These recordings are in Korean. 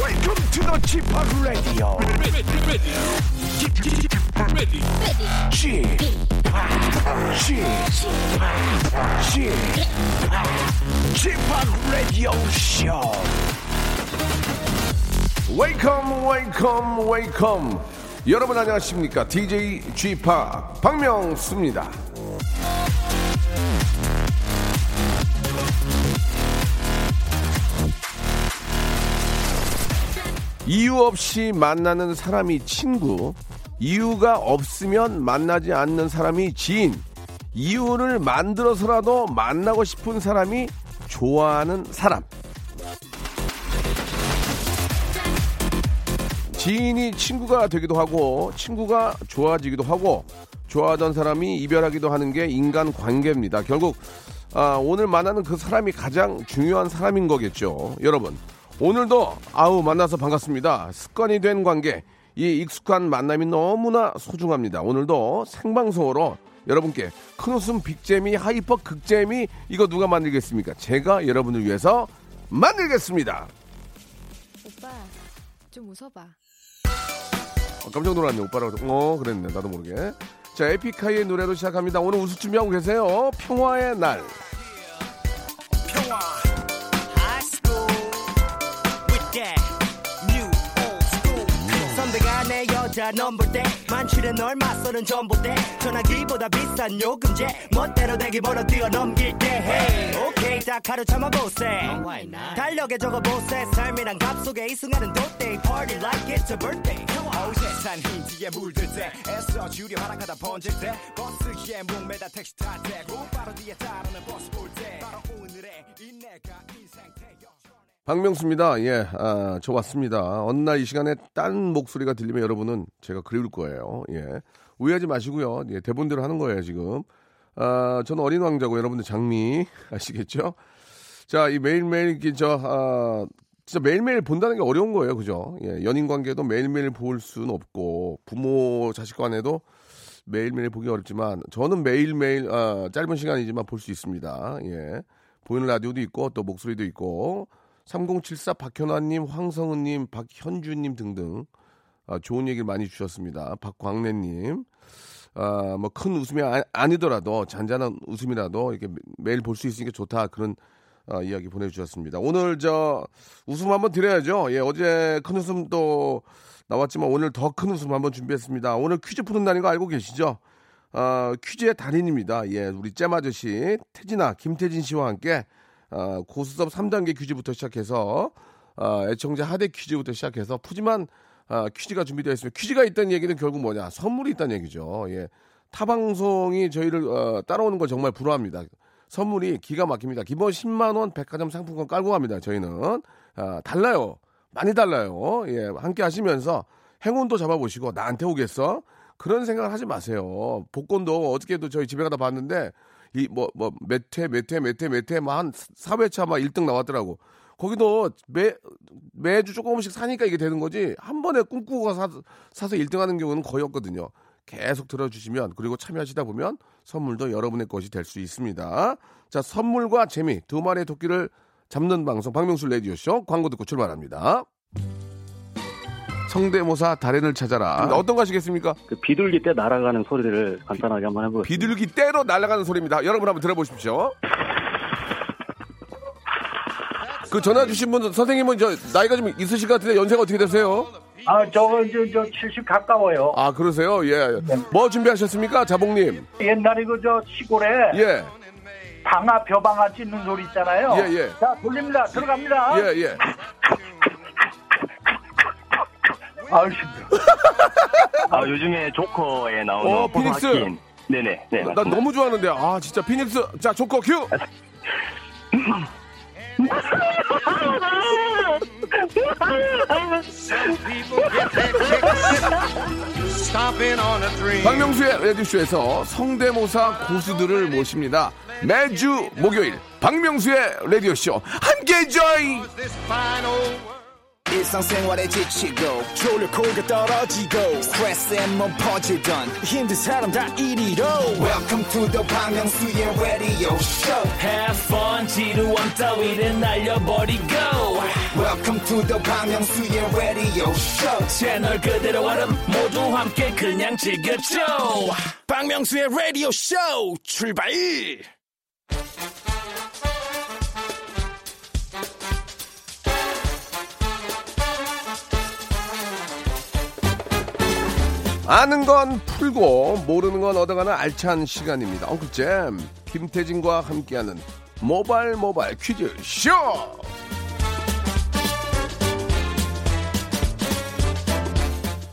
Welcome to the g p o p Radio. ready, ready, ready, ready. g p o p g p o p Radio Show. 웨이컴 웨이컴 웨이컴 여러분 안녕하십니까 DJ g p o p 박명수입니다 이유 없이 만나는 사람이 친구 이유가 없으면 만나지 않는 사람이 지인 이유를 만들어서라도 만나고 싶은 사람이 좋아하는 사람 지인이 친구가 되기도 하고 친구가 좋아지기도 하고 좋아하던 사람이 이별하기도 하는 게 인간 관계입니다. 결국 아, 오늘 만나는 그 사람이 가장 중요한 사람인 거겠죠. 여러분 오늘도 아우 만나서 반갑습니다. 습관이 된 관계 이 익숙한 만남이 너무나 소중합니다. 오늘도 생방송으로 여러분께 큰 웃음 빅재미 하이퍼 극재미 이거 누가 만들겠습니까? 제가 여러분을 위해서 만들겠습니다. 오빠 좀 웃어봐 어, 깜짝 놀랐네 오빠라고 해서. 어 그랬네 나도 모르게 자 에픽하이의 노래로 시작합니다 오늘 웃을 준비하고 계세요 평화의 날 high school with that new old school. 선배가 내 여자 넘볼때 만취는 널 맞서는 전보대 전화기보다 비싼 요금제 멋대로 대기번호 뛰어넘길 때 hey. 오케이 딱 하루 참아보세 달력에 적어보세 삶이란 값 속에 이 순간은 도떼 party like it's a birthday 어제 Oh, 산 힌트에 물들 때 애써 주려 하락하다 번질 때 버스에 목매다 택시 탈 때고 바로 뒤에 따르는 버스 볼때 바로 오늘의 이 내가 인생 태역 박명수입니다 예아저 왔습니다 어느 날 이 시간에 딴 목소리가 들리면 여러분은 제가 그리울 거예요 예 오해하지 마시고요 예 대본대로 하는 거예요 지금 아 저는 어린 왕자고 여러분들 장미 아시겠죠 자, 이 매일매일 이렇게 저 아, 진짜 매일매일 본다는 게 어려운 거예요, 그죠? 예, 연인 관계도 매일매일 볼 수는 없고 부모 자식 간에도 매일매일 보기 어렵지만 저는 매일매일 아, 짧은 시간이지만 볼 수 있습니다. 예. 보이는 라디오도 있고 또 목소리도 있고 3074 박현아님, 황성은님, 박현주님 등등 아, 좋은 얘기를 많이 주셨습니다. 박광래님, 아, 뭐 큰 웃음이 아, 니더라도 잔잔한 웃음이라도 이렇게 매- 매일 볼 수 있으니까 좋다 그런 아, 이야기 보내주셨습니다. 오늘 저 웃음 한번 드려야죠. 예, 어제 큰 웃음 또 나왔지만 오늘 더 큰 웃음 한번 준비했습니다. 오늘 퀴즈 푸른다는 거 알고 계시죠? 아, 퀴즈의 달인입니다. 예, 우리 잼 아저씨 태진아 김태진 씨와 함께 아, 고수섭 3단계 퀴즈부터 시작해서 아, 애청자 하대 퀴즈부터 시작해서 푸짐한 아, 퀴즈가 준비되어 있습니다. 퀴즈가 있다는 얘기는 결국 뭐냐? 선물이 있다는 얘기죠. 예. 타 방송이 저희를 어, 따라오는 걸 정말 부러합니다. 선물이 기가 막힙니다. 기본 10만 원 백화점 상품권 깔고 갑니다. 저희는 아, 달라요. 많이 달라요. 예, 함께 하시면서 행운도 잡아보시고 나한테 오겠어? 그런 생각을 하지 마세요. 복권도 어저께도 저희 집에 가다 봤는데 이 뭐 뭐 몇 회 몇 회 몇 회 몇회뭐한 4회차 막 1등 나왔더라고. 거기도 매 매주 조금씩 사니까 이게 되는 거지 한 번에 꿈꾸고 사, 사서 1등 하는 경우는 거의 없거든요. 계속 들어주시면 그리고 참여하시다 보면 선물도 여러분의 것이 될 수 있습니다. 자 선물과 재미 두 마리의 토끼를 잡는 방송 박명수 레디오 쇼 광고 듣고 출발합니다. 성대모사 달인을 찾아라. 어떤 거 하시겠습니까? 그 비둘기 때 날아가는 소리를 간단하게 한번 해보겠습니다. 비둘기 떼로 날아가는 소리입니다. 여러분 한번 들어보십시오. 그 전화 주신 분 선생님은 저 나이가 좀 있으실 것 같은데 연세가 어떻게 되세요? 아, 저거 저, 저 70 가까워요. 아 그러세요? 예. 뭐 준비하셨습니까, 자봉님? 옛날에 그 저 시골에 예. 방아 벼방아 찢는 소리 있잖아요. 예, 예. 자, 돌립니다. 들어갑니다. 예 예. 아유, 힘들어. 아 요즘에 조커에 나오는 어, 피닉스. 호박인. 네네 네. 나 맞습니다. 너무 좋아하는데 아 진짜 피닉스 자 조커 큐. 박명수의 레디쇼에서 성대모사 고수들을 모십니다. 매주 목요일 박명수의 레디오쇼 함께 join. 일상생활에 지치고, 졸려 코가 떨어지고, 스트레스에 몸 퍼지던, 힘든 사람 다 이리로. welcome to the Bang Myung-soo's radio show Have fun 지루함 따위를 날려버리고 welcome to the 방명수의 radio show 채널 그대로 와름 모두 함께 그냥 즐겨줘 박명수의 라디오 쇼 출발 아는 건 풀고 모르는 건 얻어가는 알찬 시간입니다. 엉클잼 김태진과 함께하는 모발 모발 퀴즈 쇼.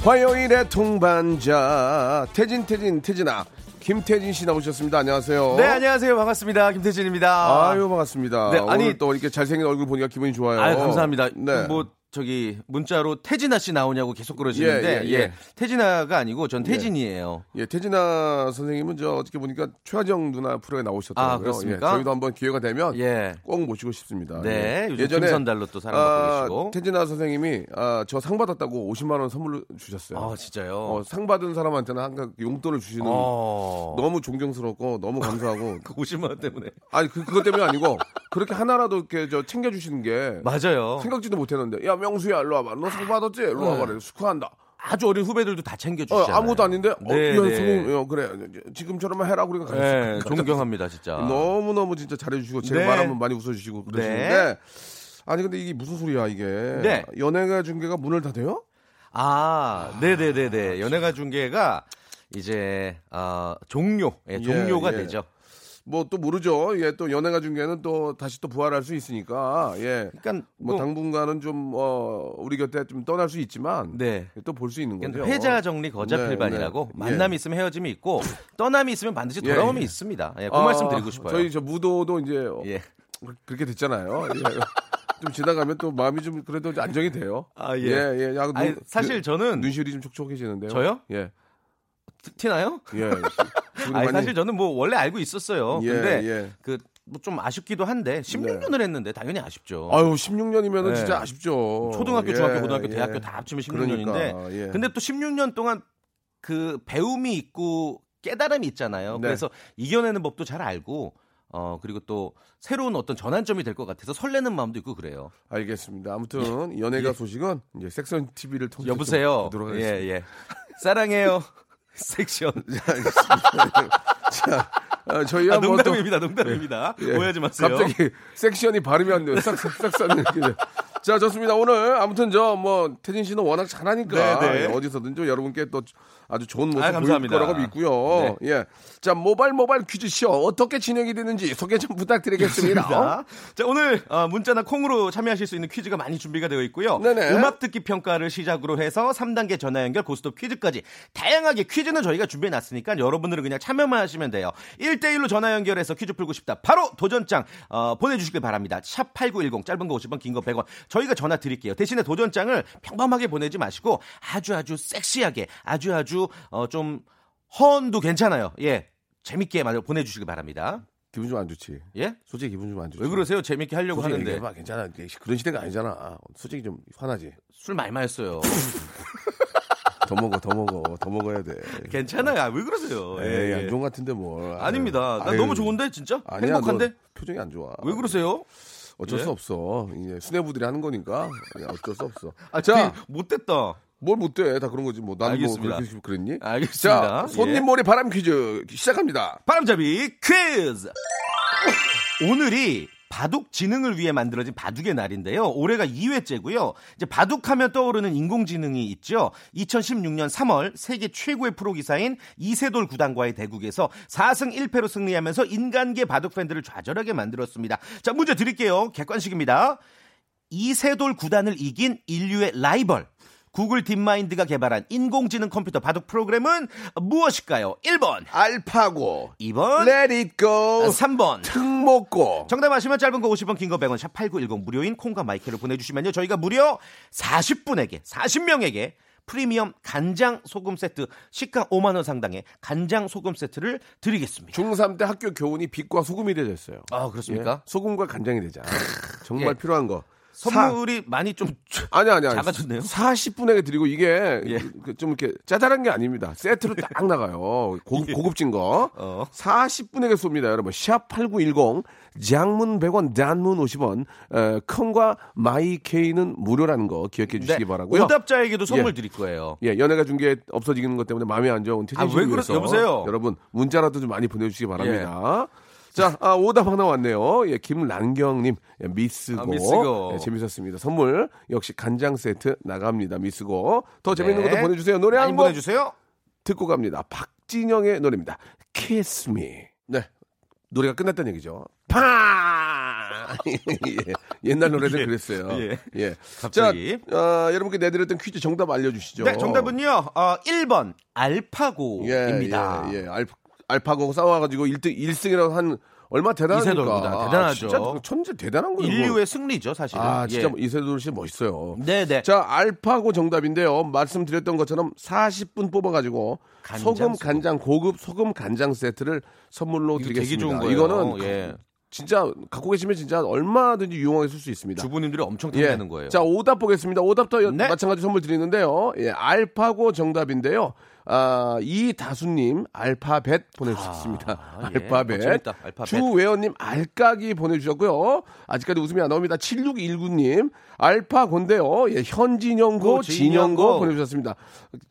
화요일의 통반자 태진 태진 태진아 김태진 씨 나오셨습니다. 안녕하세요. 네, 안녕하세요. 반갑습니다. 김태진입니다. 어? 아유 반갑습니다. 네, 아니 아니- 오늘 또 이렇게 잘생긴 얼굴 보니까 기분이 좋아요. 아유, 감사합니다. 네. 뭐 저기 문자로 태진아 씨 나오냐고 계속 그러시는데 예, 예, 예, 예. 태진아가 아니고 전 태진이에요. 예, 태진아 선생님은 저 어떻게 보니까 최하정 누나 프로에 나오셨더라고요. 아, 그렇습니까? 예, 저희도 한번 기회가 되면 예. 꼭 모시고 싶습니다. 네, 예. 요즘 김선달로 또 사랑받고 계시고. 태진아 선생님이 아, 저 상 받았다고 50만 원 선물로 주셨어요. 아, 진짜요? 어, 상 받은 사람한테는 항상 용돈을 주시는 어. 너무 존경스럽고 너무 감사하고 그 50만 원 때문에. 아니 그 그것 때문이 아니고 그렇게 하나라도 이렇게 저 챙겨 주시는 게 맞아요. 생각지도 못했는데 야 명수야 일로 와봐 너 상 받았지 일로 와봐 그래 축하한다 아주 어린 후배들도 다 챙겨 어, 네. 주시잖아요. 아무것도 아닌데 어, 네, 야, 네. 성공, 야, 그래 지금처럼 해라 그러니까 네, 가겠습니다. 존경합니다, 진짜. 너무 너무 진짜 잘해주시고 제 아. 네. 말하면 많이 웃어주시고 그러시는데 아니 근데 이게 무슨 소리야 이게 네. 연예가 중계가 문을 닫아요? 아, 네, 네, 네, 네. 연예가 중계가 이제 아, 종료, 예, 종료가 예. 되죠. 뭐 또 모르죠. 예, 또 연예가 중계는 또 다시 또 부활할 수 있으니까 예. 그러니까 뭐 뭐- 당분간은 좀 어, 우리 곁에 좀 떠날 수 있지만 예, 네. 또 볼 수 있는 거죠. 회자 정리 거자필반이라고 뭐 어. 네, 네. 만남이 예. 있으면 헤어짐이 있고 떠남이 있으면 반드시 예, 돌아옴이 예. 있습니다. 예, 그 아, 말씀 드리고 싶어요. 저희 저 무도도 이제 어, 예. 그렇게 됐잖아요. 예. 좀 지나가면 또 마음이 좀 그래도 이제 안정이 돼요. 아, 예. 예, 야, 아니, 사실 저는 눈시울이 좀 촉촉해지는데요. 저요? 예. 티- 티나요? 예. 기분이 아니, 많이- 사실 저는 뭐 원래 알고 있었어요. 예, 근데 예. 네. 그 뭐 좀 아쉽기도 한데 16년을 했는데 당연히 아쉽죠. 아유, 16년이면 은 네. 진짜 아쉽죠. 초등학교, 예, 중학교, 고등학교, 예. 대학교 다 합치면 16년인데 그러니까, 예. 근데 또 16년 동안 그 배움이 있고 깨달음이 있잖아요. 네. 그래서 이겨내는 법도 잘 알고 어 그리고 또 새로운 어떤 전환점이 될 것 같아서 설레는 마음도 있고 그래요. 알겠습니다. 아무튼 연예가 소식은 이제 섹션 TV를 통해서 여보세요. 들어가겠습 예, 예. 사랑해요. 섹션. 아, 저희 아, 한번 또- 농담입니다. 농담입니다. 예. 오해하지 마세요. 갑자기 섹션이 발음이 안 돼요. 싹싹싹싹 이렇게 돼요. 자, 좋습니다. 오늘 아무튼 저 뭐 태진 씨는 워낙 잘하니까 네, 네. 예, 어디서든 좀 여러분께 또 아주 좋은 모습 아, 보일 감사합니다. 네. 거라고 믿고요. 예. 자, 모발 모발 퀴즈 쇼 어떻게 진행이 되는지 소개 좀 부탁드리겠습니다. 자, 어? 자, 오늘 어, 문자나 콩으로 참여하실 수 있는 퀴즈가 많이 준비가 되어 있고요. 네네. 음악 듣기 평가를 시작으로 해서 3단계 전화 연결 고스톱 퀴즈까지 다양하게 퀴즈는 저희가 준비해 놨으니까 여러분들은 그냥 참여만 하시면 돼요. 1대1로 전화 연결해서 퀴즈 풀고 싶다. 바로 도전장 어, 보내주시길 바랍니다. 샵 8910 짧은 거 50원 긴 거 100원 저희가 전화 드릴게요. 대신에 도전장을 평범하게 보내지 마시고 아주 아주 섹시하게 아주 아주 어, 좀 허언도 괜찮아요. 예. 재밌게 마- 보내주시길 바랍니다. 기분 좀 안 좋지. 예? 솔직히 기분 좀 안 좋지. 왜 그러세요? 재밌게 하려고 솔직히 하는데 얘기해봐. 괜찮아. 그런 시대가 아니잖아. 솔직히 좀 화나지. 술 많이 마셨어요. 더 먹어, 더 먹어, 더 먹어야 돼. 괜찮아요. 아, 왜 그러세요? 에이, 예, 예. 안 좋은 것 같은데 뭘. 아닙니다. 나 아유. 너무 좋은데 진짜 아니야, 행복한데 너 표정이 안 좋아. 왜 그러세요? 어쩔 예? 수 없어. 이제 수뇌부들이 하는 거니까 그냥 어쩔 수 없어. 아, 자, 되게 못됐다. 뭘 못돼? 다 그런 거지. 뭐 나는 뭐 알겠습니다. 아, 그렇게 그랬니? 알겠습니다. 자, 손님 예. 몰이 바람 퀴즈 시작합니다. 바람잡이 퀴즈. 오늘이 바둑 지능을 위해 만들어진 바둑의 날인데요. 올해가 2회째고요. 이제 바둑하면 떠오르는 인공지능이 있죠. 2016년 3월 세계 최고의 프로 기사인 이세돌 구단과의 대국에서 4승 1패로 승리하면서 인간계 바둑 팬들을 좌절하게 만들었습니다. 자, 문제 드릴게요. 객관식입니다. 이세돌 구단을 이긴 인류의 라이벌. 구글 딥마인드가 개발한 인공지능 컴퓨터 바둑 프로그램은 무엇일까요? 1번, 알파고, 2번, Let It Go, 3번. 특목고. 정답 아시면 짧은 거 50원, 긴 거 100원, 샵 8910 무료인 콩과 마이크를 보내주시면요. 저희가 무려 40분에게, 40명에게 프리미엄 간장 소금 세트, 시가 5만원 상당의 간장 소금 세트를 드리겠습니다. 중3 때 학교 교훈이 빛과 소금이 되졌어요. 아, 그렇습니까? 소금과 간장이 되자. 정말 예. 필요한 거. 선물이 많이 좀 아니 아니 아니. 작아졌네요. 40분에게 드리고 이게 예. 그- 좀 이렇게 짜잘한 게 아닙니다. 세트로 딱 나가요. 고, 급진 거. 예. 어. 40분에게 쏩니다, 여러분. 샵8910 장문 100원, 단문 50원. 에, 콩과 마이케이는 무료라는 거 기억해 주시기 네, 바라고요. 오답자에게도 선물 예. 드릴 거예요. 예, 연예가 중계 없어지는 것 때문에 마음이 안 좋은 아, 태진 씨. 왜 그러- 여보세요? 여러분, 문자라도 좀 많이 보내주시기 바랍니다. 자, 아, 오답 하나 왔네요. 예, 김란경님, 예, 미스고. 아, 미스고. 예, 재밌었습니다. 선물, 역시 간장 세트 나갑니다. 미스고. 더 재밌는 네. 것도 보내주세요. 노래 많이 한곡 보내주세요. 듣고 갑니다. 박진영의 노래입니다. Kiss me. 네. 노래가 끝났다는 얘기죠. 팡! 예, 옛날 노래들 그랬어요. 예. 예. 갑자기. 자, 아, 여러분께 내드렸던 퀴즈 정답 알려주시죠. 네, 정답은요. 어, 1번 알파고입니다. 예, 예, 예. 알, 알파고 싸워가지고 1등, 1승이라고 한 얼마 대단합니까? 이세돌보다 아, 대단하죠. 진짜 천재 대단한 거예요. 1, 그거. 2의 승리죠, 사실은. 아, 진짜 예. 이세돌 씨 멋있어요. 네, 네. 자, 알파고 정답인데요. 말씀드렸던 것처럼 40분 뽑아가지고 간장 소금 소금. 간장 고급 소금 간장 세트를 선물로 이거 되게 드리겠습니다. 좋은 거예요. 이거는 예. 가- 진짜 갖고 계시면 진짜 얼마든지 유용하게 쓸 수 있습니다. 주부님들이 엄청 탐내는 거예요. 자, 오답 보겠습니다. 오답도 여- 네. 마찬가지 선물 드리는데요. 예, 알파고 정답인데요. 아, 이다수님, 알파벳 보내주셨습니다. 아, 예. 알파벳. 어, 재밌다. 알파벳. 주웨어님, 알까기 보내주셨고요. 아직까지 웃음이 안 나옵니다. 7619님, 알파고인데요. 예, 현진영고, 진영고 고, 진영고. 보내주셨습니다.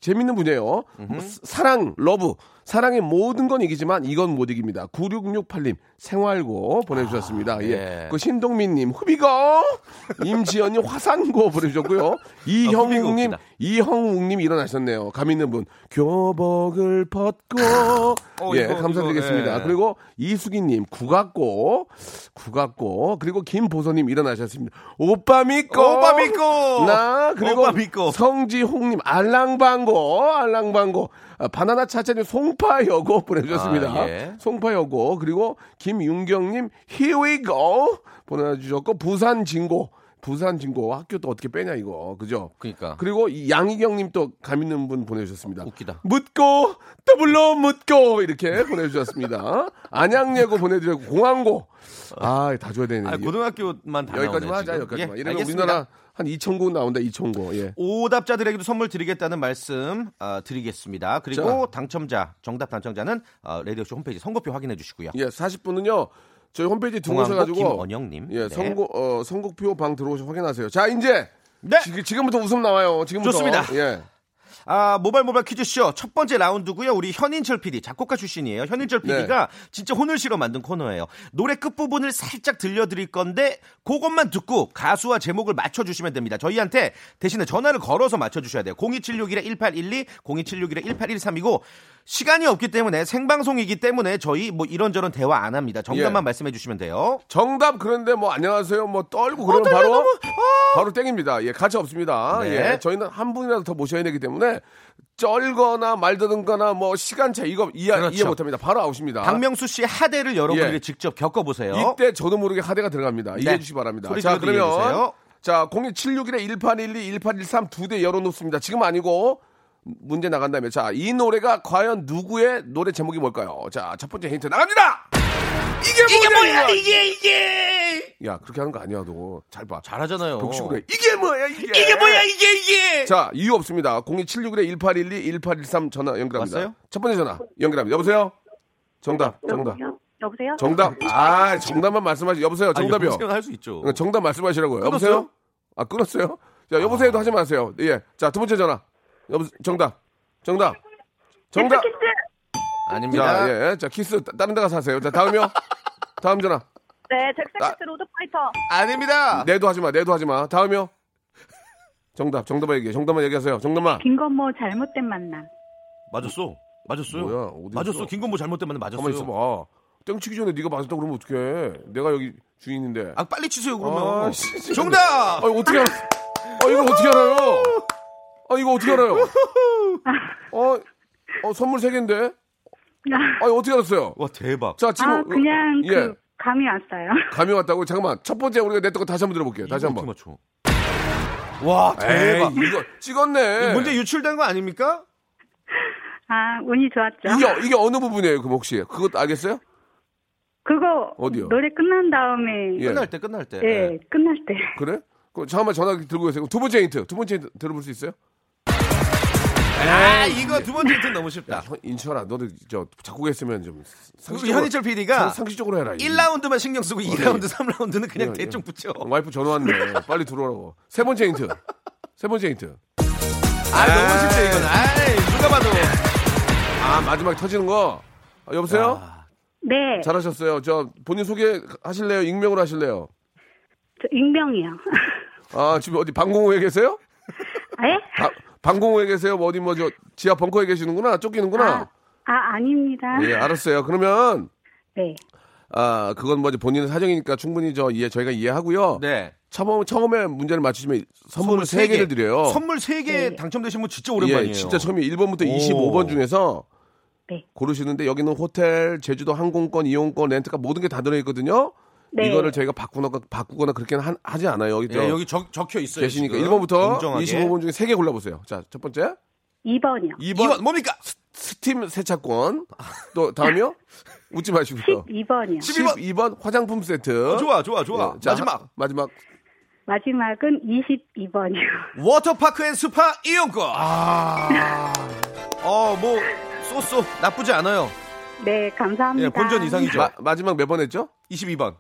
재밌는 분이에요. 사- 사랑, 러브. 사랑의 모든 건 이기지만 이건 못 이깁니다. 9668님, 생활고 보내주셨습니다. 예. 예. 그 신동민님 후비거 임지연님 화산고 보내주셨고요 이형욱님 웃기다. 이형욱님 일어나셨네요 감 있는 분 교복을 벗고 어, 예 이거, 감사드리겠습니다 이거, 예. 그리고 이수기님 국악고 국악고 그리고 김보선님 일어나셨습니다 오빠 믿고 오빠 믿고! 나 그리고 오빠 믿고. 성지홍님 알랑방고 알랑방고 아, 바나나 차차님 송파여고 보내주셨습니다 아, 예. 송파여고 그리고 김윤경님 Here we go 보내주셨고 부산 진고 부산 진고 학교 또 어떻게 빼냐 이거 그죠? 그러니까. 그리고 이 양희경님 또 감 있는 분 보내주셨습니다. 웃기다. 묻고 더블로 묻고 이렇게 보내주셨습니다. 안양예고 보내드렸고 공항고 아 다 줘야 되는 아, 고등학교만 다 여기까지만 나오네요, 하자 지금. 여기까지만 예, 이러면 알겠습니다. 우리나라 한 2천 곡 나온다 2천 곡예 오답자들에게도 선물 드리겠다는 말씀 아, 드리겠습니다. 그리고 당첨자, 정답 당첨자는 어, 라디오쇼 홈페이지 선거표 확인해 주시고요. 예, 40분은요. 저희 홈페이지 공항고 들어오셔가지고 김원영님. 예, 네. 선고 어, 선곡표 방 들어오셔 확인하세요. 자, 이제 네. 지, 금부터 웃음 나와요. 지금부터 좋습니다. 예, 아, 모발 모발 퀴즈쇼 첫 번째 라운드고요. 우리 현인철 PD 작곡가 출신이에요. 현인철 네. PD가 진짜 혼을 실어 만든 코너예요. 노래 끝 부분을 살짝 들려드릴 건데 그것만 듣고 가수와 제목을 맞춰주시면 됩니다. 저희한테 대신에 전화를 걸어서 맞춰주셔야 돼요. 02761-1812, 02761-1813이고 시간이 없기 때문에 생방송이기 때문에 저희 뭐 이런저런 대화 안 합니다. 정답만 예. 말씀해주시면 돼요. 정답 그런데 뭐 안녕하세요 뭐 떨고 어, 그러면 바로 바로 땡입니다. 예, 가치 없습니다. 네. 예, 저희는 한 분이라도 더 모셔야 되기 때문에 쩔거나 말더든거나 뭐 시간차 이거 이해 그렇죠. 이해 못합니다. 바로 아웃입니다. 박명수 씨의 하대를 여러분들이 예. 직접 겪어보세요. 이때 저도 모르게 하대가 들어갑니다. 네. 이해해 주시기 바랍니다. 소리 자, 질러 드리게 그러면 해주세요. 자, 02761에 1812, 1813 두 대 열어놓습니다. 지금 아니고 문제 나간다며. 자, 이 노래가 과연 누구의 노래 제목이 뭘까요? 자, 첫 번째 힌트 나갑니다. 이게 뭐냐? 이게 이게 이게 야, 그렇게 하는 거 아니야, 너. 잘 봐. 잘하잖아요. 독식으로 해. 이게 뭐야, 이게? 어. 이게 이게 자, 이유 없습니다. 02761에 1812, 1813 전화 연결합니다. 왔어요? 첫 번째 전화 연결합니다. 여보세요? 정답, 정답, 여보세요? 네. 정답. 아, 정답만 말씀하시. 여보세요, 정답이요. 할수 있죠. 어, 정답 말씀하시라고요. 아, 끊었어요? 여보세요? 아, 끊었어요? 자, 여보세요도 하지 마세요. 예. 자, 두 번째 전화. 여보 정답. 정답. 정답. 아닙니다. 자, 네, 예. 자, 키스 따- 다른 데 가서 하세요. 자, 다음이요. 다음 전화. 네, 아. 잭스키스 로드파이터. 아닙니다. 내도 하지 마. 내도 하지 마. 다음이요. 정답. 정답만 얘기해. 정답만 얘기하세요. 정답만. 김건모 뭐 잘못된 만남. 맞았어. 맞았어요. 뭐야, 어디 있어? 맞았어. 긴건뭐 잘못되면 맞았어요. 가만 있어 봐. 땡치기 전에 네가 맞았다 그러면 어떡해? 내가 여기 주인인데. 아 빨리 치세요 그러면. 아, 씨, 진짜. 정답. 아, 이거 어떻게 알아? 아, 이걸 어떻게 알아요? 아, 이거 어떻게 알아요? 어, 어 선물 세 개인데. 아, 이거 어떻게 알았어요? 와 대박. 자, 지금 아, 그냥 예. 그 감이 왔어요. 감이 왔다고 잠깐만. 첫 번째 우리가 냈던 거 다시 한번 들어볼게요. 다시 이거 한번. 어떻게 맞춰? 와 대박. 에이, 예. 이거 찍었네. 문제 유출된 거 아닙니까? 아, 운이 좋았죠. 이게 이게 어느 부분이에요? 그럼 혹시 그것 알겠어요? 그거 어디요? 노래 끝난 다음에 예. 끝날 때 끝날 때. 예, 끝날 때. 그래? 그 잠깐만 전화기 들고 계세요. 두 번째 힌트, 두 번째 힌트 들어볼 수 있어요? 아, 이거 두 번째 힌트 너무 쉽다. 야, 인철아, 너도 저 자꾸 했으면 좀 상식적으로. 현희철 PD가 상- 상식적으로 해라. 이거. 1라운드만 신경 쓰고 2라운드, 어디? 3라운드는 그냥 예, 예. 대충 붙여. 와이프 전화 왔네. 빨리 들어오라고. 세 번째 힌트. 세 번째 힌트. 아, 너무 쉽다, 이건. 아 누가 봐도. 아 마지막 터지는 거. 아, 여보세요? 네. 잘하셨어요. 저 본인 소개 하실래요? 익명으로 하실래요? 저 익명이요. 아 지금 어디 방공호에 계세요? 예? 바- 방공호에 계세요? 뭐 어디 뭐 저 지하 벙커에 계시는구나. 쫓기는구나. 아, 아닙니다. 예, 알았어요. 그러면 네. 아 그건 뭐 이제 본인의 사정이니까 충분히 저 이해 저희가 이해하고요. 네. 처음 처음에 문제를 맞추시면 선물을 세 세 개를 드려요. 선물 3개 당첨되신 분 진짜 오랜만이에요. 예, 진짜 처음에 1번부터 오. 25번 중에서 네. 고르시는데 여기는 호텔, 제주도 항공권, 이용권, 렌트카 모든 게 다 들어있거든요. 네. 이거를 저희가 바꾸거나, 바꾸거나 그렇게는 하, 하지 않아요. 여기, 예, 여기 적, 적혀 있어요. 계시니까 지금. 1번부터 공정하게. 25번 중에 3개 골라보세요. 자, 첫 번째 2번이요. 2번, 이번 뭡니까? 스팀 세차권 또 다음이요? 웃지 마시고요. 12번이요. 12번. 12번 화장품 세트. 어, 좋아, 좋아, 좋아. 예, 자, 마지막. 하- 마지막 마지막은 22번이요. 워터파크 앤 스파 이용권. 아. 어, 뭐, 쏘쏘. 나쁘지 않아요. 네, 감사합니다. 예, 본전 이상이죠. 마, 마지막 몇 번 했죠? 22번.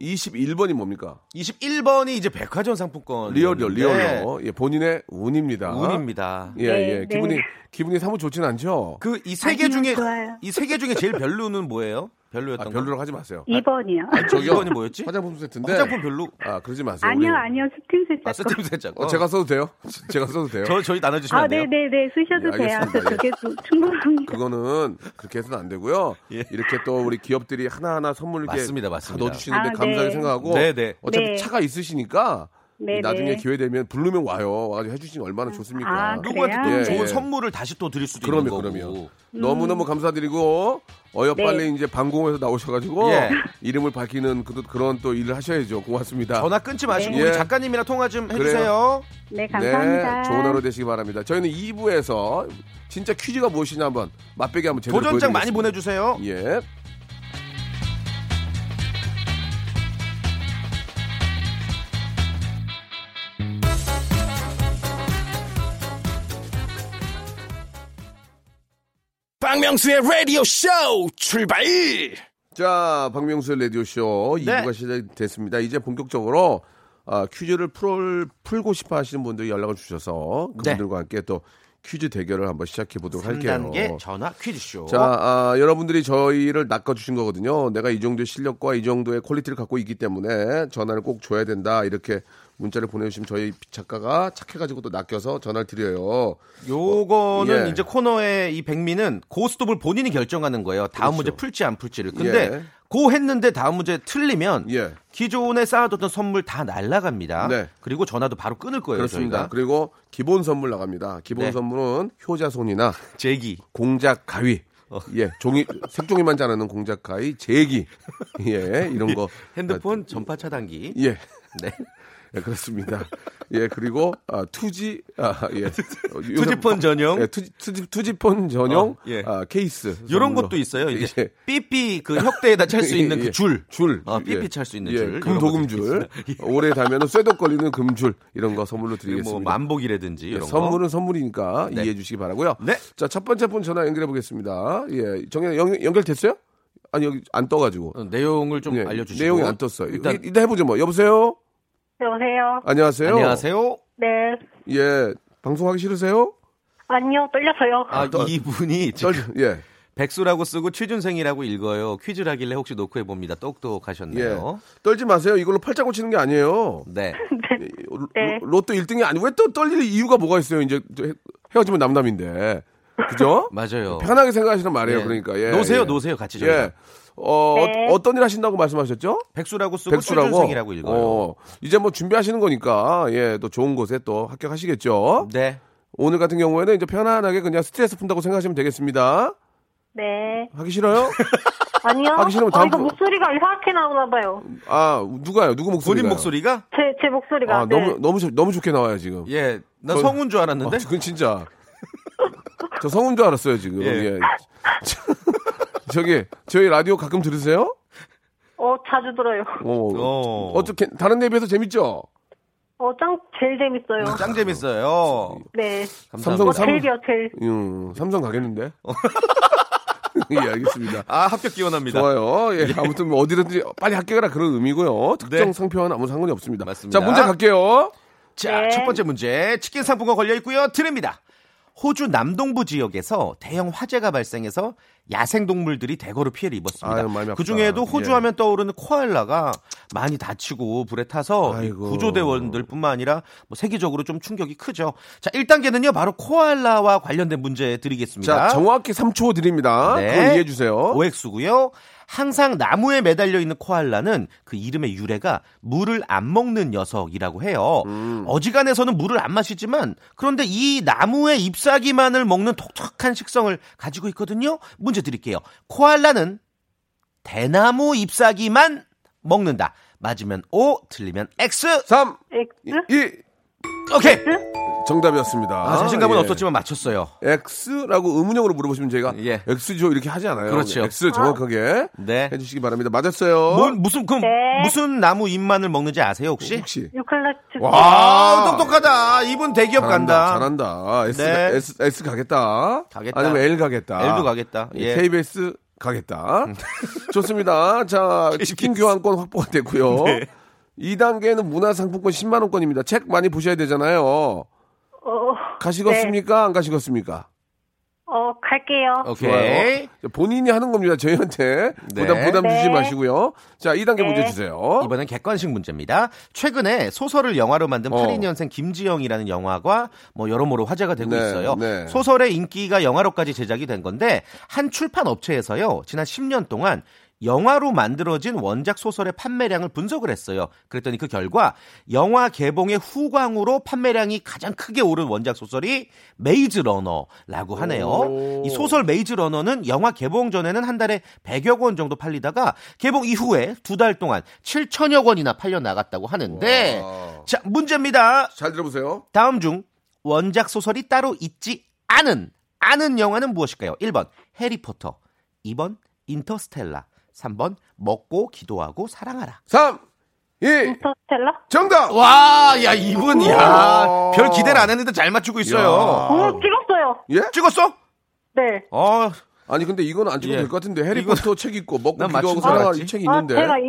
21번이 뭡니까? 21번이 이제 백화점 상품권. 리얼이요, 리얼로. 예, 본인의 운입니다. 네. 운입니다. 예, 네, 예. 네. 기분이 기분이 사뭇 좋진 않죠. 그 이 세 개 중에 아니요, 좋아요. 이 세 개 중에 제일 별로는 뭐예요? 아, 별로였던 별로라고 하지 마세요. 2번이요. 아, 거. 저기요. 음. 번이 뭐였지? 화장품 세트인데. 화장품 별로. 아, 그러지 마세요. 아니요, 우리- 아니요. 스팀 세차. 아, 스팀 세자. 어, 제가 써도 돼요? 제가 써도 돼요? 저 저희 나눠 주시면 아, 안 돼요? 네, 네, 네. 쓰셔도 예, 돼요. 알겠습니다. 그게 좀 충분합니다. 그거는 그렇게 해서는 안 되고요. 예. 이렇게 또 우리 기업들이 하나하나 선물 이렇게 맞습니다, 맞습니다. 다 넣어주시는데 아, 네. 감사하게 생각하고 네, 네. 어차피 네. 차가 있으시니까 네, 나중에 네. 기회 되면 부르면 와요. 와가지고 해주시면 얼마나 좋습니까? 아, 그래요? 누구한테 또 예, 좋은 예. 선물을 다시 또 드릴 수도 네. 그럼요, 있는 거고. 그럼요. 너무너무 감사드리고 어여 음. 네. 빨리 이제 방공에서 나오셔가지고 예. 이름을 밝히는 그, 그런 또 일을 하셔야죠. 고맙습니다. 전화 끊지 마시고 네. 우리 작가님이랑 통화 좀 그래요. 해주세요. 네, 감사합니다. 네, 좋은 하루 되시기 바랍니다. 저희는 2부에서 진짜 퀴즈가 무엇이냐 한번 맛보기 한번 제대로 도전장 많이 보여드리겠습니다. 보내주세요. 예. 박명수의 라디오 쇼 출발! 자, 박명수의 라디오쇼 2부가 네. 시작됐습니다. 이제 본격적으로 아, 퀴즈를 풀, 풀고 싶어 하시는 분들이 연락을 주셔서 네. 그분들과 함께 또 퀴즈 대결을 한번 시작해 보도록 할게요. 3단계 전화 퀴즈쇼. 자, 아, 여러분들이 저희를 낚아주신 거거든요. 내가 이 정도의 실력과 이 정도의 퀄리티를 갖고 있기 때문에 전화를 꼭 줘야 된다. 이렇게 문자를 보내주시면 저희 작가가 착해가지고 또 낚여서 전화를 드려요. 요거는 예. 이제 코너의 이 백미는 고스톱을 본인이 결정하는 거예요. 다음 문제 풀지 안 풀지를. 근데 그렇죠. 예. 고 했는데 다음 문제 틀리면 예. 기존에 쌓아뒀던 선물 다 날라갑니다. 네. 그리고 전화도 바로 끊을 거예요. 그렇습니다. 네, 저희가. 그리고 기본 선물 나갑니다. 기본 네. 선물은 효자손이나 제기. 공작 가위. 어. 예, 종이 색종이만 자르는 공작 가위, 제기. 예, 이런 거. 아, 그- 핸드폰 전파 차단기. 예. 네. 예, 그렇습니다. 예, 그리고 아, 투지 아, 예. 어, 요새- 투지폰 전용. 예, 투지, 투지 투지폰 전용 어, 예. 아, 케이스. 요런 선물로. 것도 있어요. 이제 예. 삐삐 그 혁대에다 찰 수 예, 있는 예. 그 줄. 줄. 어, 삐삐 찰 수 있는 예, 줄. 이런 것도 금도금줄. 오래 다면은 쇠도 걸리는 금줄 이런 거 선물로 있어요. 뭐 드리겠습니다. 만복이라든지 이런 예, 거. 선물은 선물이니까 네. 이해해 주시기 바라고요. 네. 자, 첫 번째 분 전화 연결해 보겠습니다. 예. 정연 연결, 됐어요 아니, 여기 안떠 가지고. 예, 어, 내용을 좀 알려주시고. 네, 내용이 안 떴어요. 일단 일단, 일단 해 보죠 뭐. 여보세요? 여보세요. 안녕하세요. 안녕하세요. 네. 예. 방송하기 싫으세요? 아니요, 떨려서요. 아, 떨- 이분이 지금 떨 예. 백수라고 쓰고 취준생이라고 읽어요. 퀴즈라길래 혹시 놓고 해봅니다. 예. 똑똑하셨네요. 떨지 마세요. 이걸로 팔자 고치는 게 아니에요. 네. 이- 로- 네. 로또 1등이 아니고 왜 또 떨릴 이유가 뭐가 있어요? 이제 저 헤- 헤어지면 남남인데. 그죠? 맞아요. 뭐 편하게 생각하시는 말이에요. 예. 그러니까. 예. 놓으세요, 예. 놓으세요. 같이 저희가. 예. 어, 네. 어, 떤일 하신다고 말씀하셨죠? 백수라고 쓰고 백수라고. 취준생이라고 읽어요. 어, 이제 뭐 준비하시는 거니까 예, 또 좋은 곳에 또 합격하시겠죠. 네. 오늘 같은 경우에는 이제 편안하게 그냥 스트레스 푼다고 생각하시면 되겠습니다. 네. 하기 싫어요? 아니요. 하기 싫으면 다음 아, 이거 프로- 목소리가 이상하게 나오나 봐요. 아, 누가요? 누구 목소리? 본인 목소리가? 제, 제 목소리가. 네. 아, 너무 너무 좋- 너무 좋게 나와요, 지금. 예. 나 저- 성운 줄 알았는데. 아, 그건 진짜. 저 성운 줄 알았어요, 지금. 예. 예. 저기, 저희 라디오 가끔 들으세요? 어, 자주 들어요. 어, 어. 어떻게, 다른 데에 비해서 재밌죠? 어, 짱 제일 재밌어요. 짱 재밌어요. 네. 아, 삼성 어, 삼- 제일이요, 제일. 음, 삼성 가겠는데? 예, 알겠습니다. 아, 합격 기원합니다. 좋아요. 예, 아무튼 뭐 어디든지 빨리 합격해라 그런 의미고요. 특정 네. 상표와는 아무 상관이 없습니다. 맞습니다. 자, 문제 갈게요. 자, 네. 첫 번째 문제. 치킨 상품권 걸려 있고요. 드립니다. 호주 남동부 지역에서 대형 화재가 발생해서 야생 동물들이 대거로 피해를 아유, 마음이 입었습니다. 아프다. 그 중에도 예. 호주 하면 떠오르는 코알라가 많이 다치고 불에 타서 이 아이고. 구조대원들뿐만 아니라 뭐 세계적으로 좀 충격이 크죠. 자, 1단계는요. 바로 코알라와 관련된 문제 드리겠습니다. 자, 정확히 3초 드립니다. 네. 그걸 이해해 주세요. OX고요. 항상 나무에 매달려 있는 코알라는 그 이름의 유래가 물을 안 먹는 녀석이라고 해요. 음. 어지간해서는 물을 안 마시지만 그런데 이 나무의 잎사귀만을 먹는 독특한 식성을 가지고 있거든요. 문제 드릴게요. 코알라는 대나무 잎사귀만 먹는다. 맞으면 O, 틀리면 X. 3, 엑스? 2, 오케이. 정답이었습니다. 아, 자신감은 예. 없었지만 맞췄어요. X라고 의문형으로 물어보시면 저희가 예. X죠 이렇게 하지 않아요. 그렇죠. X 정확하게 네. 해주시기 바랍니다. 맞았어요. 뭘, 무슨 그럼 네. 무슨 나무 잎만을 먹는지 아세요 혹시? 혹시 유칼라츠. 아, 똑똑하다. 이분 대기업 간다. 잘한다. S, 네. S, S 가겠다. 가겠다. 아니면 L 가겠다. L도 가겠다. 예. 음. KBS 가겠다. 좋습니다. 자, 치킨 교환권 확보가 됐고요. 네. 2단계는 문화상품권 10만원권입니다. 책 많이 보셔야 되잖아요. 어, 가시겠습니까? 네. 안 가시겠습니까? 어, 갈게요. 오케이. 좋아요. 본인이 하는 겁니다. 저희한테. 네. 부담, 부담 주지 네. 마시고요. 자, 2단계 네. 문제 주세요. 이번엔 객관식 문제입니다. 최근에 소설을 영화로 만든 어. 82년생 김지영이라는 영화가 뭐 여러모로 화제가 되고 네, 있어요. 네. 소설의 인기가 영화로까지 제작이 된 건데 한 출판 업체에서요. 지난 10년 동안 영화로 만들어진 원작 소설의 판매량을 분석을 했어요. 그랬더니 그 결과 영화 개봉의 후광으로 판매량이 가장 크게 오른 원작 소설이 메이즈 러너라고 하네요. 오. 이 소설 메이즈 러너는 영화 개봉 전에는 한 달에 100여 권 정도 팔리다가 개봉 이후에 두 달 동안 7천여 권이나 팔려 나갔다고 하는데 와. 자, 문제입니다. 잘 들어보세요. 다음 중 원작 소설이 따로 있지 않은 아는 영화는 무엇일까요? 1번 해리포터, 2번 인터스텔라, 3번 먹고 기도하고 사랑하라. 3, 2, 인터스텔라? 정답! 와, 야 이분 야, 별 기대를 안 했는데 잘 맞추고 있어요. 오, 음, 찍었어요. 예? 찍었어? 네. 어, 아니 근데 이건 안 찍어도 예. 될 것 같은데 해리포터 책 있고 먹고 난 기도하고 맞추고 사랑하는 살았지. 이책 아, 있는데 제가, 이,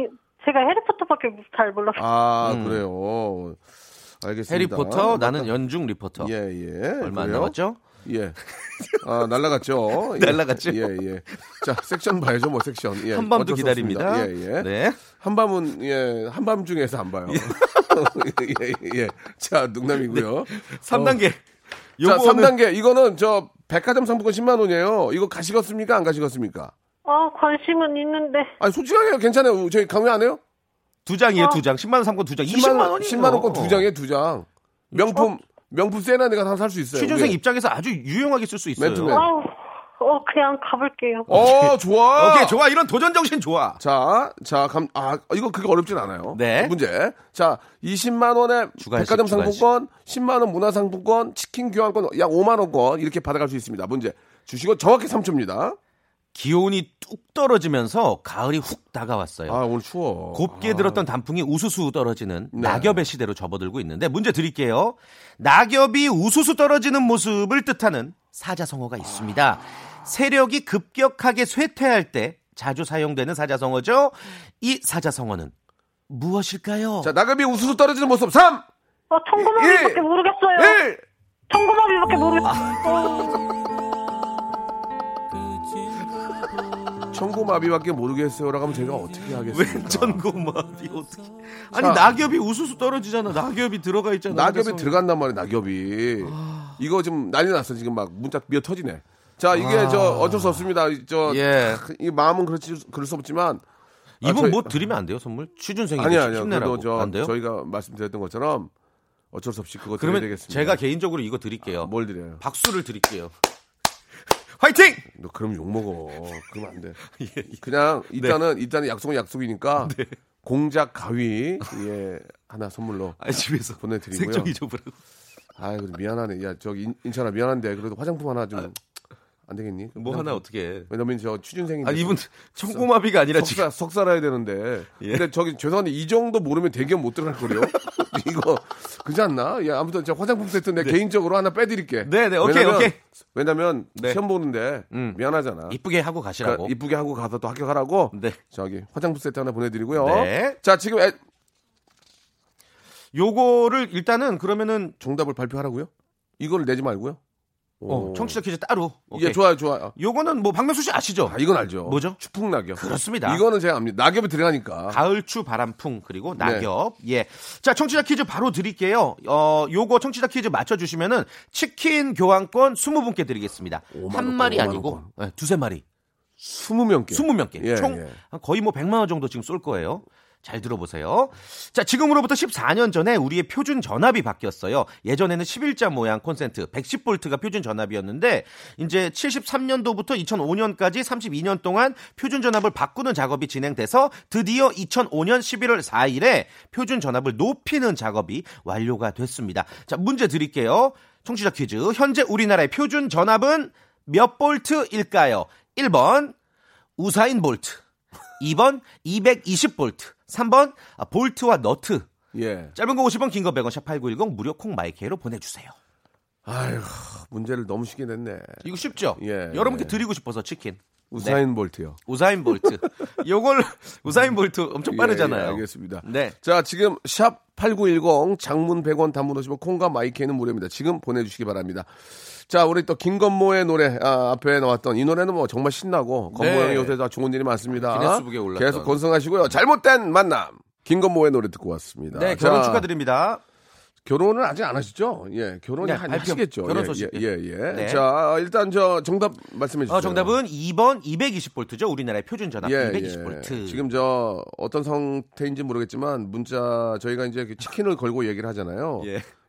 제가 해리포터밖에 잘 몰랐어요. 아, 그래요 알겠습니다 음. 해리포터, 나는 연중 리포터. 예예 예. 얼마 안 남았죠? 예아 날라갔죠 예. 날라갔죠? 예예자 섹션 봐야죠 뭐 섹션 예. 한밤도 어쩔 수 없습니다. 기다립니다. 예, 예. 네. 예. 한밤은 예 한밤 중에서 안 봐요 예예자 네. 농담이고요 3단계. 어. 자 요거는 3단계 이거는 저 백화점 상품권 10만 원이에요 이거 가시겠습니까 안 가시겠습니까 아, 관심은 있는데. 아니 솔직하게 괜찮아요 저희 강요 안 해요 두 장이에요, 어. 두 장. 10만 원 상권 두 장. 10만 20만 어. 원, 원. 10만 원권 두 장에 두 장. 명품 명품 세나 내가 다 살 수 있어요. 예. 취준생 우리. 입장에서 아주 유용하게 쓸 수 있어요. 맨투맨. 아우, 어, 그냥 가볼게요. 어, 좋아. 오케이, 좋아. 이런 도전 정신 좋아. 자, 자, 감, 아, 이거 그게 어렵진 않아요. 네. 문제. 자, 20만 원에 주간식, 백화점 주간식. 상품권, 10만 원 문화 상품권, 치킨 교환권 약 5만 원권 이렇게 받아갈 수 있습니다. 문제. 주시고 정확히 3초입니다. 기온이 뚝 떨어지면서 가을이 훅 다가왔어요. 아, 오늘 추워. 곱게 아, 네. 들었던 단풍이 우수수 떨어지는 낙엽의 시대로 접어들고 있는데 문제 드릴게요. 낙엽이 우수수 떨어지는 모습을 뜻하는 사자성어가 있습니다. 세력이 급격하게 쇠퇴할 때 자주 사용되는 사자성어죠. 이 사자성어는 무엇일까요? 자, 낙엽이 우수수 떨어지는 모습. 3, 아, 예. 청구마비밖에 모르겠어요. 네. 1. 청구마비밖에 모르겠어요. 청고마비밖에 모르겠어요라고 하면 제가 어떻게 하겠습니까? 왼전고마비 어떻게? 아니 자. 낙엽이 우수수 떨어지잖아. 낙엽이 들어가 있잖아. 낙엽이 그래서. 들어간단 말이야 낙엽이 이거 지금 난리 났어 지금 막 문자 미어 터지네 자 이게 저 어쩔 수 없습니다 저이 예. 마음은 그렇지 그럴 수 없지만 아, 이분 저희- 뭐 드리면 안 돼요 선물? 취준생이 아니 아니요 힘내라고 그래도 저 안 돼요? 저희가 말씀드렸던 것처럼 어쩔 수 없이 그거 드려야 그러면 되겠습니다 제가 개인적으로 이거 드릴게요. 뭘 드려요 박수를 드릴게요. 화이팅! 너 그럼 욕 먹어 그러면 안돼 예, 그냥 네. 일단은 일단은 약속은 약속이니까 공작 가위 예 하나 선물로 아, 집에서 보내드리고요. 생존 잊어버려. 아 그래도 미안하네 야 저기 인- 인천아 미안한데 그래도 화장품 하나 좀 안 되겠니? 뭐 하나 어떻게 왜냐면 저 취준생인데. 아니, 이분 예. 청고마비가 아니라 석사, 석사라야 되는데. 근데 저기 죄송한데 이 정도 모르면 대기업 못 들어갈 거요. 이거 그지 않나? 야 아무튼 저 화장품 세트 내 개인적으로 하나 빼드릴게. 네. 네네, 오케이, 왜냐면- 오케이. 네. 음. 왜냐면 시험 보는데 미안하잖아. 이쁘게 하고 가시라고. 그러니까 이쁘게 하고 가서 또 합격하라고. 저기 화장품 세트 하나 보내드리고요. 네. 자 지금 애- 요거를 일단은 그러면은 정답을 발표하라고요? 이걸 내지 말고요. 어, 오. 청취자 퀴즈 따로. 예, 좋아요, 좋아요. 요거는 뭐 박명수 씨 아시죠? 아, 이건 알죠. 뭐죠? 추풍 낙엽. 그렇습니다. 이거는 제가 압니다. 낙엽이 들어가니까. 가을추 바람풍 그리고 낙엽. 예. 자, 청취자 퀴즈 바로 드릴게요. 어, 요거 청취자 퀴즈 맞춰 주시면은 치킨 교환권 20분께 드리겠습니다. 한 마리 아니고 예, 두세 마리. 20명께. 20명께. 예, 총 예. 한 거의 뭐 100만 원 정도 지금 쏠 거예요. 잘 들어보세요. 자, 지금으로부터 14년 전에 우리의 표준 전압이 바뀌었어요. 예전에는 11자 모양 콘센트 110볼트가 표준 전압이었는데 이제 73년도부터 2005년까지 32년 동안 표준 전압을 바꾸는 작업이 진행돼서 드디어 2005년 11월 4일에 표준 전압을 높이는 작업이 완료가 됐습니다. 자, 문제 드릴게요. 청취자 퀴즈. 현재 우리나라의 표준 전압은 몇 볼트일까요? 1번 우사인 볼트. 2번 220 볼트. 3번 아, 볼트와 너트. 예. 짧은 거 50원, 긴 거 100원, 샵8910 무료 콩 마이케이로 보내주세요. 아휴, 문제를 너무 쉽게 냈네. 이거 쉽죠? 예. 여러분께 드리고 싶어서 치킨. 우사인 네. 볼트요. 우사인 볼트. 요걸 우사인 볼트 예, 엄청 예, 빠르잖아요. 알겠습니다. 네. 자, 지금 샵 8910 장문 100원 단문 50원 콩과 마이크는 무료입니다. 지금 보내 주시기 바랍니다. 자, 우리 또 김건모의 노래 아, 앞에 나왔던 이 노래는 뭐 정말 신나고 건모 네. 형이 요새 다 좋은 일이 많습니다. 기네스북에 올랐던. 계속 건승하시고요. 잘못된 만남. 김건모의 노래 듣고 왔습니다. 네, 결혼 자, 축하드립니다. 결혼은 아직 안 하시죠? 예, 결혼이 네, 한 발표, 하시겠죠. 결혼 예, 소식. 예, 예. 예. 네. 자, 일단 저 정답 말씀해 주세요. 어, 정답은 2번 220볼트죠. 우리나라의 표준 전압 예, 220볼트. 예. 지금 저 어떤 상태인지 모르겠지만 문자 저희가 이제 그 치킨을 걸고 얘기를 하잖아요.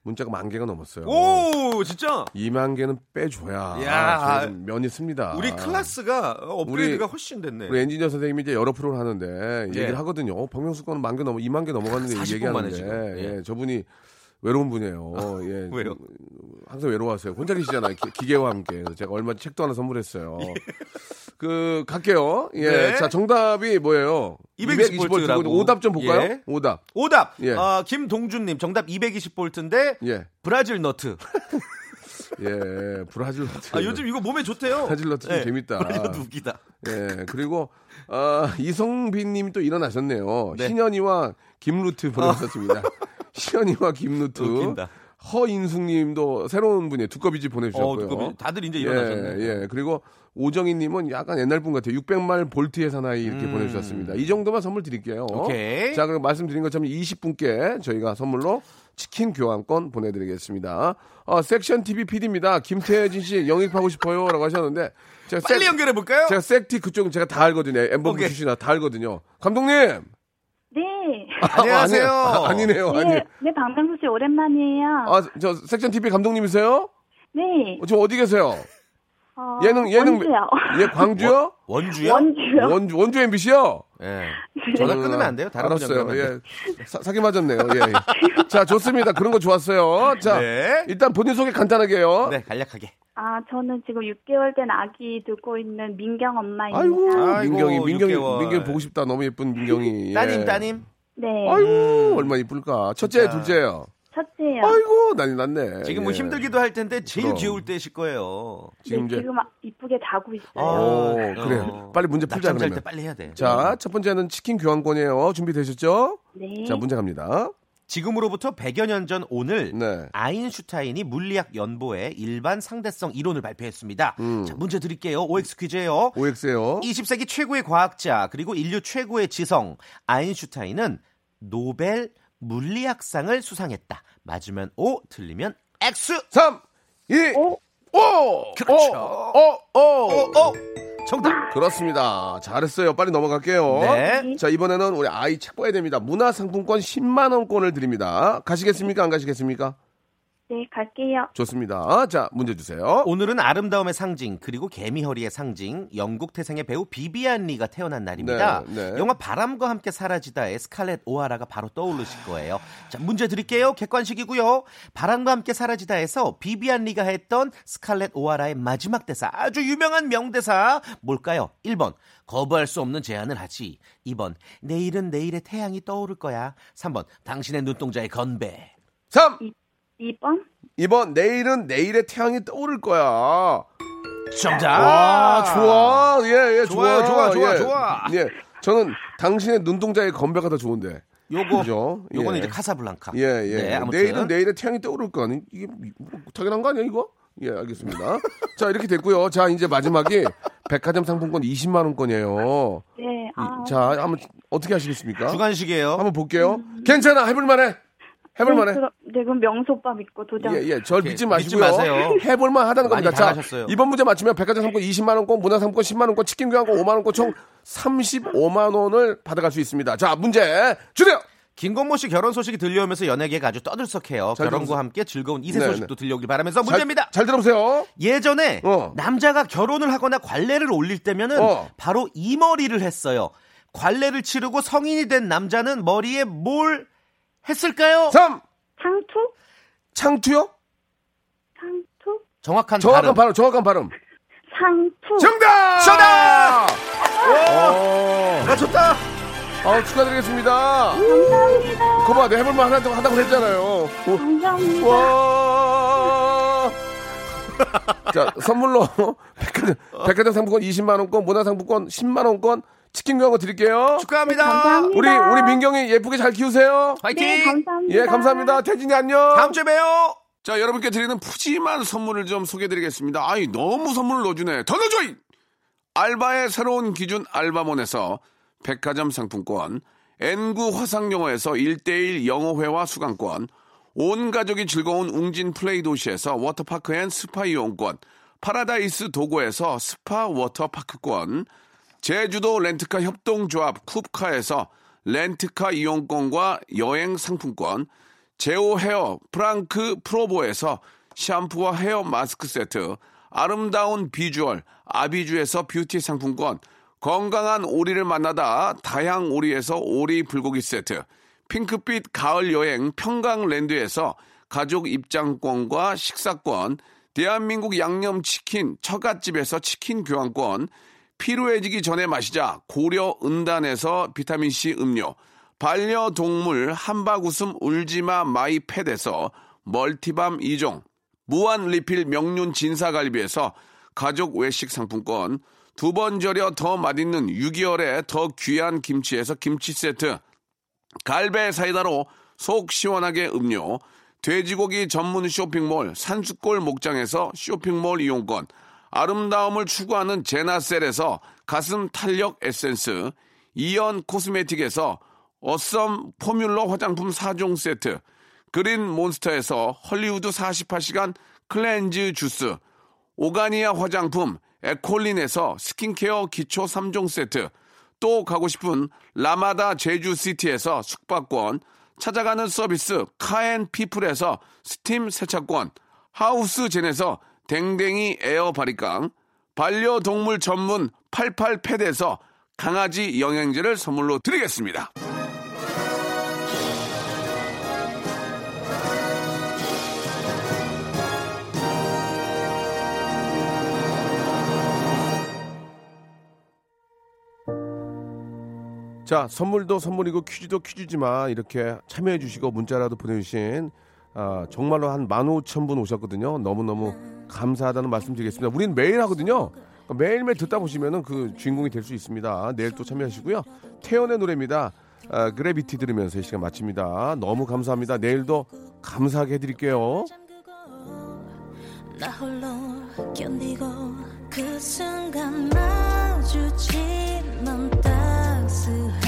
문자가 만 개가 넘었어요. 예. 오, 진짜 2만 개는 빼줘야 야. 저희가 좀 면이 씁니다. 우리 클래스가 업그레이드가 훨씬 됐네. 아. 우리 엔지니어 선생님이 이제 여러 프로를 하는데 예. 얘기를 하거든요. 어, 박명수 거는 만개 넘어 2만 개 넘어갔는데 40분 만에 지금. 얘기하는데 예. 예, 저분이 외로운 분이에요. 예. 왜요? 항상 외로워하세요. 혼자 계시잖아요. 기, 계와 함께. 그래서 제가 얼마 책도 하나 선물했어요. 그 갈게요. 예. 예. 네. 자, 정답이 뭐예요? 220 220 볼트라고. 볼트고 오답 좀 볼까요? 예. 오답. 오답. 예. 아, 김동준님 정답 220볼트인데 예. 브라질 너트. 예. 브라질 너트. 아, 요즘 이거 몸에 좋대요. 브라질 너트 좀 예. 재밌다. 브라질 너트 웃기다. 예. 그리고 아, 이성빈 님이 또 일어나셨네요. 신현이와 김루트 보내주셨습니다. 신현이와 김루트. 아. 웃긴다. 허인숙 님도 새로운 분이에요. 두꺼비집 어, 보내주셨고요. 두꺼비- 다들 이제 일어나셨네. 예, 예. 그리고 오정희 님은 약간 옛날 분 같아요. 600말 볼트의 사나이 이렇게 음. 보내주셨습니다. 이 정도만 선물 드릴게요. 오케이. 자, 그럼 말씀드린 것처럼 20분께 저희가 선물로 치킨 교환권 보내드리겠습니다. 어, 섹션 TV PD입니다. 김태진 씨 영입하고 싶어요. 라고 하셨는데. 제가 빨리 연결해볼까요? 제가 섹티 그쪽은 제가 다 알거든요. 엠버브 오케이. 출신이라 다 알거든요. 감독님! 네. 안녕하세요. 아, 니네요 아니. 네, 네, 박명수 씨 오랜만이에요. 아, 저 섹션 TV 감독님이세요? 네. 어, 지금 어디 계세요? 어, 예능, 예능. 원주요. 예, 광주요? 원주요? 원주요. 네. 원주, 원주 MBC요? 예. 전화 끊으면 안 돼요. 다른 분이 알았어요. 연결하면 안 예. 사, 사기 맞았네요. 예, 예. 자, 좋습니다. 그런 거 좋았어요. 자, 네. 일단 본인 소개 간단하게요. 네, 간략하게. 아, 저는 지금 6개월 된 아기 두고 있는 민경 엄마입니다. 아이고, 아이고, 민경이, 민경이, 6개월. 민경이 보고 싶다. 너무 예쁜 민경이. 예. 따님, 따님. 네. 아이고, 얼마나 이쁠까. 첫째, 진짜. 둘째요. 첫째요. 네, 아이고, 난리 났네. 지금 뭐 예. 힘들기도 할 텐데 제일 그럼. 귀여울 때실 거예요. 네, 지금 이제. 아, 지금 아- 이쁘게 자고 있어요. 오, 그래. 어. 빨리 문제 풀자, 낮잠 잘때 그러면. 빨리 해야 돼. 음. 자, 첫 번째는 치킨 교환권이에요. 준비되셨죠? 네. 자, 문제 갑니다. 지금으로부터 100여 년 전 오늘 네. 아인슈타인이 물리학 연보에 일반 상대성 이론을 발표했습니다. 음. 자, 문제 드릴게요. OX 퀴즈예요. OX에요. 20세기 최고의 과학자 그리고 인류 최고의 지성 아인슈타인은 노벨 물리학상을 수상했다. 맞으면 O, 틀리면 X. 3, 2, 5. 그렇죠. 오, 오, 오. 오, 정답. 그렇습니다. 잘했어요. 빨리 넘어갈게요. 네. 자, 이번에는 우리 아이 책 봐야 됩니다. 문화상품권 10만원권을 드립니다. 가시겠습니까? 안 가시겠습니까? 네, 네, 갈게요. 좋습니다. 자, 문제 주세요. 오늘은 아름다움의 상징, 그리고 개미 허리의 상징, 영국 태생의 배우 비비안 리가 태어난 날입니다. 네, 네. 영화 바람과 함께 사라지다의 스칼렛 오하라가 바로 떠오르실 거예요. 자, 문제 드릴게요. 객관식이고요. 바람과 함께 사라지다에서 비비안 리가 했던 스칼렛 오하라의 마지막 대사, 아주 유명한 명대사 뭘까요? 1번. 거부할 수 없는 제안을 하지. 2번. 내일은 내일의 태양이 떠오를 거야. 3번. 당신의 눈동자의 건배. 3. 2번? 2번 내일은 내일의 태양이 떠오를 거야. 정답. 와, 아, 좋아. 예, 예, 좋아. 좋아요, 좋아, 좋아, 예. 좋아. 예. 저는 당신의 눈동자의 건배가 더 좋은데. 요거, 그죠? 요거는 예. 이제 카사블랑카. 예, 예. 네, 아무튼. 내일은 내일의 태양이 떠오를 거 아니? 이게 뭐 당연한 거 아니야, 이거? 예, 알겠습니다. 자, 이렇게 됐고요. 자, 이제 마지막이 백화점 상품권 20만 원권이에요. 네, 아, 음, 자, 한번 어떻게 하시겠습니까? 주간식이에요. 한번 볼게요. 괜찮아. 해볼 만해. 해볼 만해. 네, 그럼- 네, 그럼 명수 오빠 믿고 도전. 예, 예. 절 오케이, 믿지 믿지 마시고요. 마세요. 해볼만 하다는 많이 겁니다. 자, 당하셨어요. 이번 문제 맞추면 백화점 상품 20만 원권, 문화 상품 10만 원권, 치킨 교환권 5만 원권 총 35만 원을 받아갈 수 있습니다. 자, 문제 주세요. 김건모 씨 결혼 소식이 들려오면서 연예계가 아주 떠들썩해요. 잘 결혼과 들었어요. 함께 즐거운 이세 네, 소식도 들려오길 바라면서 잘- 문제입니다. 잘, 들어보세요. 예전에 어. 남자가 결혼을 하거나 관례를 올릴 때면은 어. 바로 이 머리를 했어요. 관례를 치르고 성인이 된 남자는 머리에 뭘 했을까요? 3. 상투? 창투요? 상투? 정확한 정확한 발음. 발음, 정확한 발음. 상투. 정답! 정답! 오! 맞췄다. 아, 축하드리겠습니다. 감사합니다. 거봐, 내가 해볼만 하다고, 하다고 했잖아요. 오. 감사합니다. 와. 자, 선물로 백화점, 백화점 상품권 20만 원권, 문화 상품권 10만 원권, 치킨 교환권 드릴게요. 축하합니다. 네, 감사합니다. 우리 우리 민경이 예쁘게 잘 키우세요. 화이팅. 네, 감사합니다. 예, 감사합니다. 태진이 안녕. 다음 주에 봬요. 자, 여러분께 드리는 푸짐한 선물을 좀 소개드리겠습니다. 아이, 너무 선물을 넣어주네. 더 넣어줘잉! 알바의 새로운 기준 알바몬에서 백화점 상품권, N구 화상영어에서 1대1 영어회화 수강권, 온 가족이 즐거운 웅진 플레이 도시에서 워터파크 앤 스파 이용권, 파라다이스 도고에서 스파 워터파크권, 제주도 렌트카 협동조합 쿱카에서 렌트카 이용권과 여행 상품권, 제오 헤어 프랑크 프로보에서 샴푸와 헤어 마스크 세트, 아름다운 비주얼 아비주에서 뷰티 상품권, 건강한 오리를 만나다 다양 오리에서 오리 불고기 세트, 핑크빛 가을 여행 평강랜드에서 가족 입장권과 식사권, 대한민국 양념치킨 처갓집에서 치킨 교환권, 피로해지기 전에 마시자 고려 은단에서 비타민C 음료, 반려동물 한바구음 울지마 마이패드에서 멀티밤 2종, 무한 리필 명륜 진사갈비에서 가족 외식 상품권, 두 번 절여 더 맛있는 6개월에 더 귀한 김치에서 김치 세트, 갈배 사이다로 속 시원하게 음료, 돼지고기 전문 쇼핑몰 산수골 목장에서 쇼핑몰 이용권, 아름다움을 추구하는 제나셀에서 가슴 탄력 에센스, 이연 코스메틱에서 어썸 포뮬러 화장품 4종 세트, 그린 몬스터에서 헐리우드 48시간 클렌즈 주스, 오가니아 화장품 에콜린에서 스킨케어 기초 3종 세트, 또 가고 싶은 라마다 제주시티에서 숙박권, 찾아가는 서비스 카앤피플에서 스팀 세차권, 하우스젠에서 댕댕이 에어 바리깡, 반려동물 전문 88팻에서 강아지 영양제를 선물로 드리겠습니다. 자, 선물도 선물이고 퀴즈도 퀴즈지만 이렇게 참여해 주시고 문자라도 보내주신 아, 정말로 한 15,000분 오셨거든요. 너무너무 감사하다는 말씀 드리겠습니다. 우린 매일 하거든요. 그러니까 매일매일 듣다 보시면 그 주인공이 될 수 있습니다. 내일 또 참여하시고요. 태연의 노래입니다. 아, 그래비티 들으면서 이 시간 마칩니다. 너무 감사합니다. 내일도 감사하게 해드릴게요. 나 홀로 견디고 그 순간 마주치면 따스해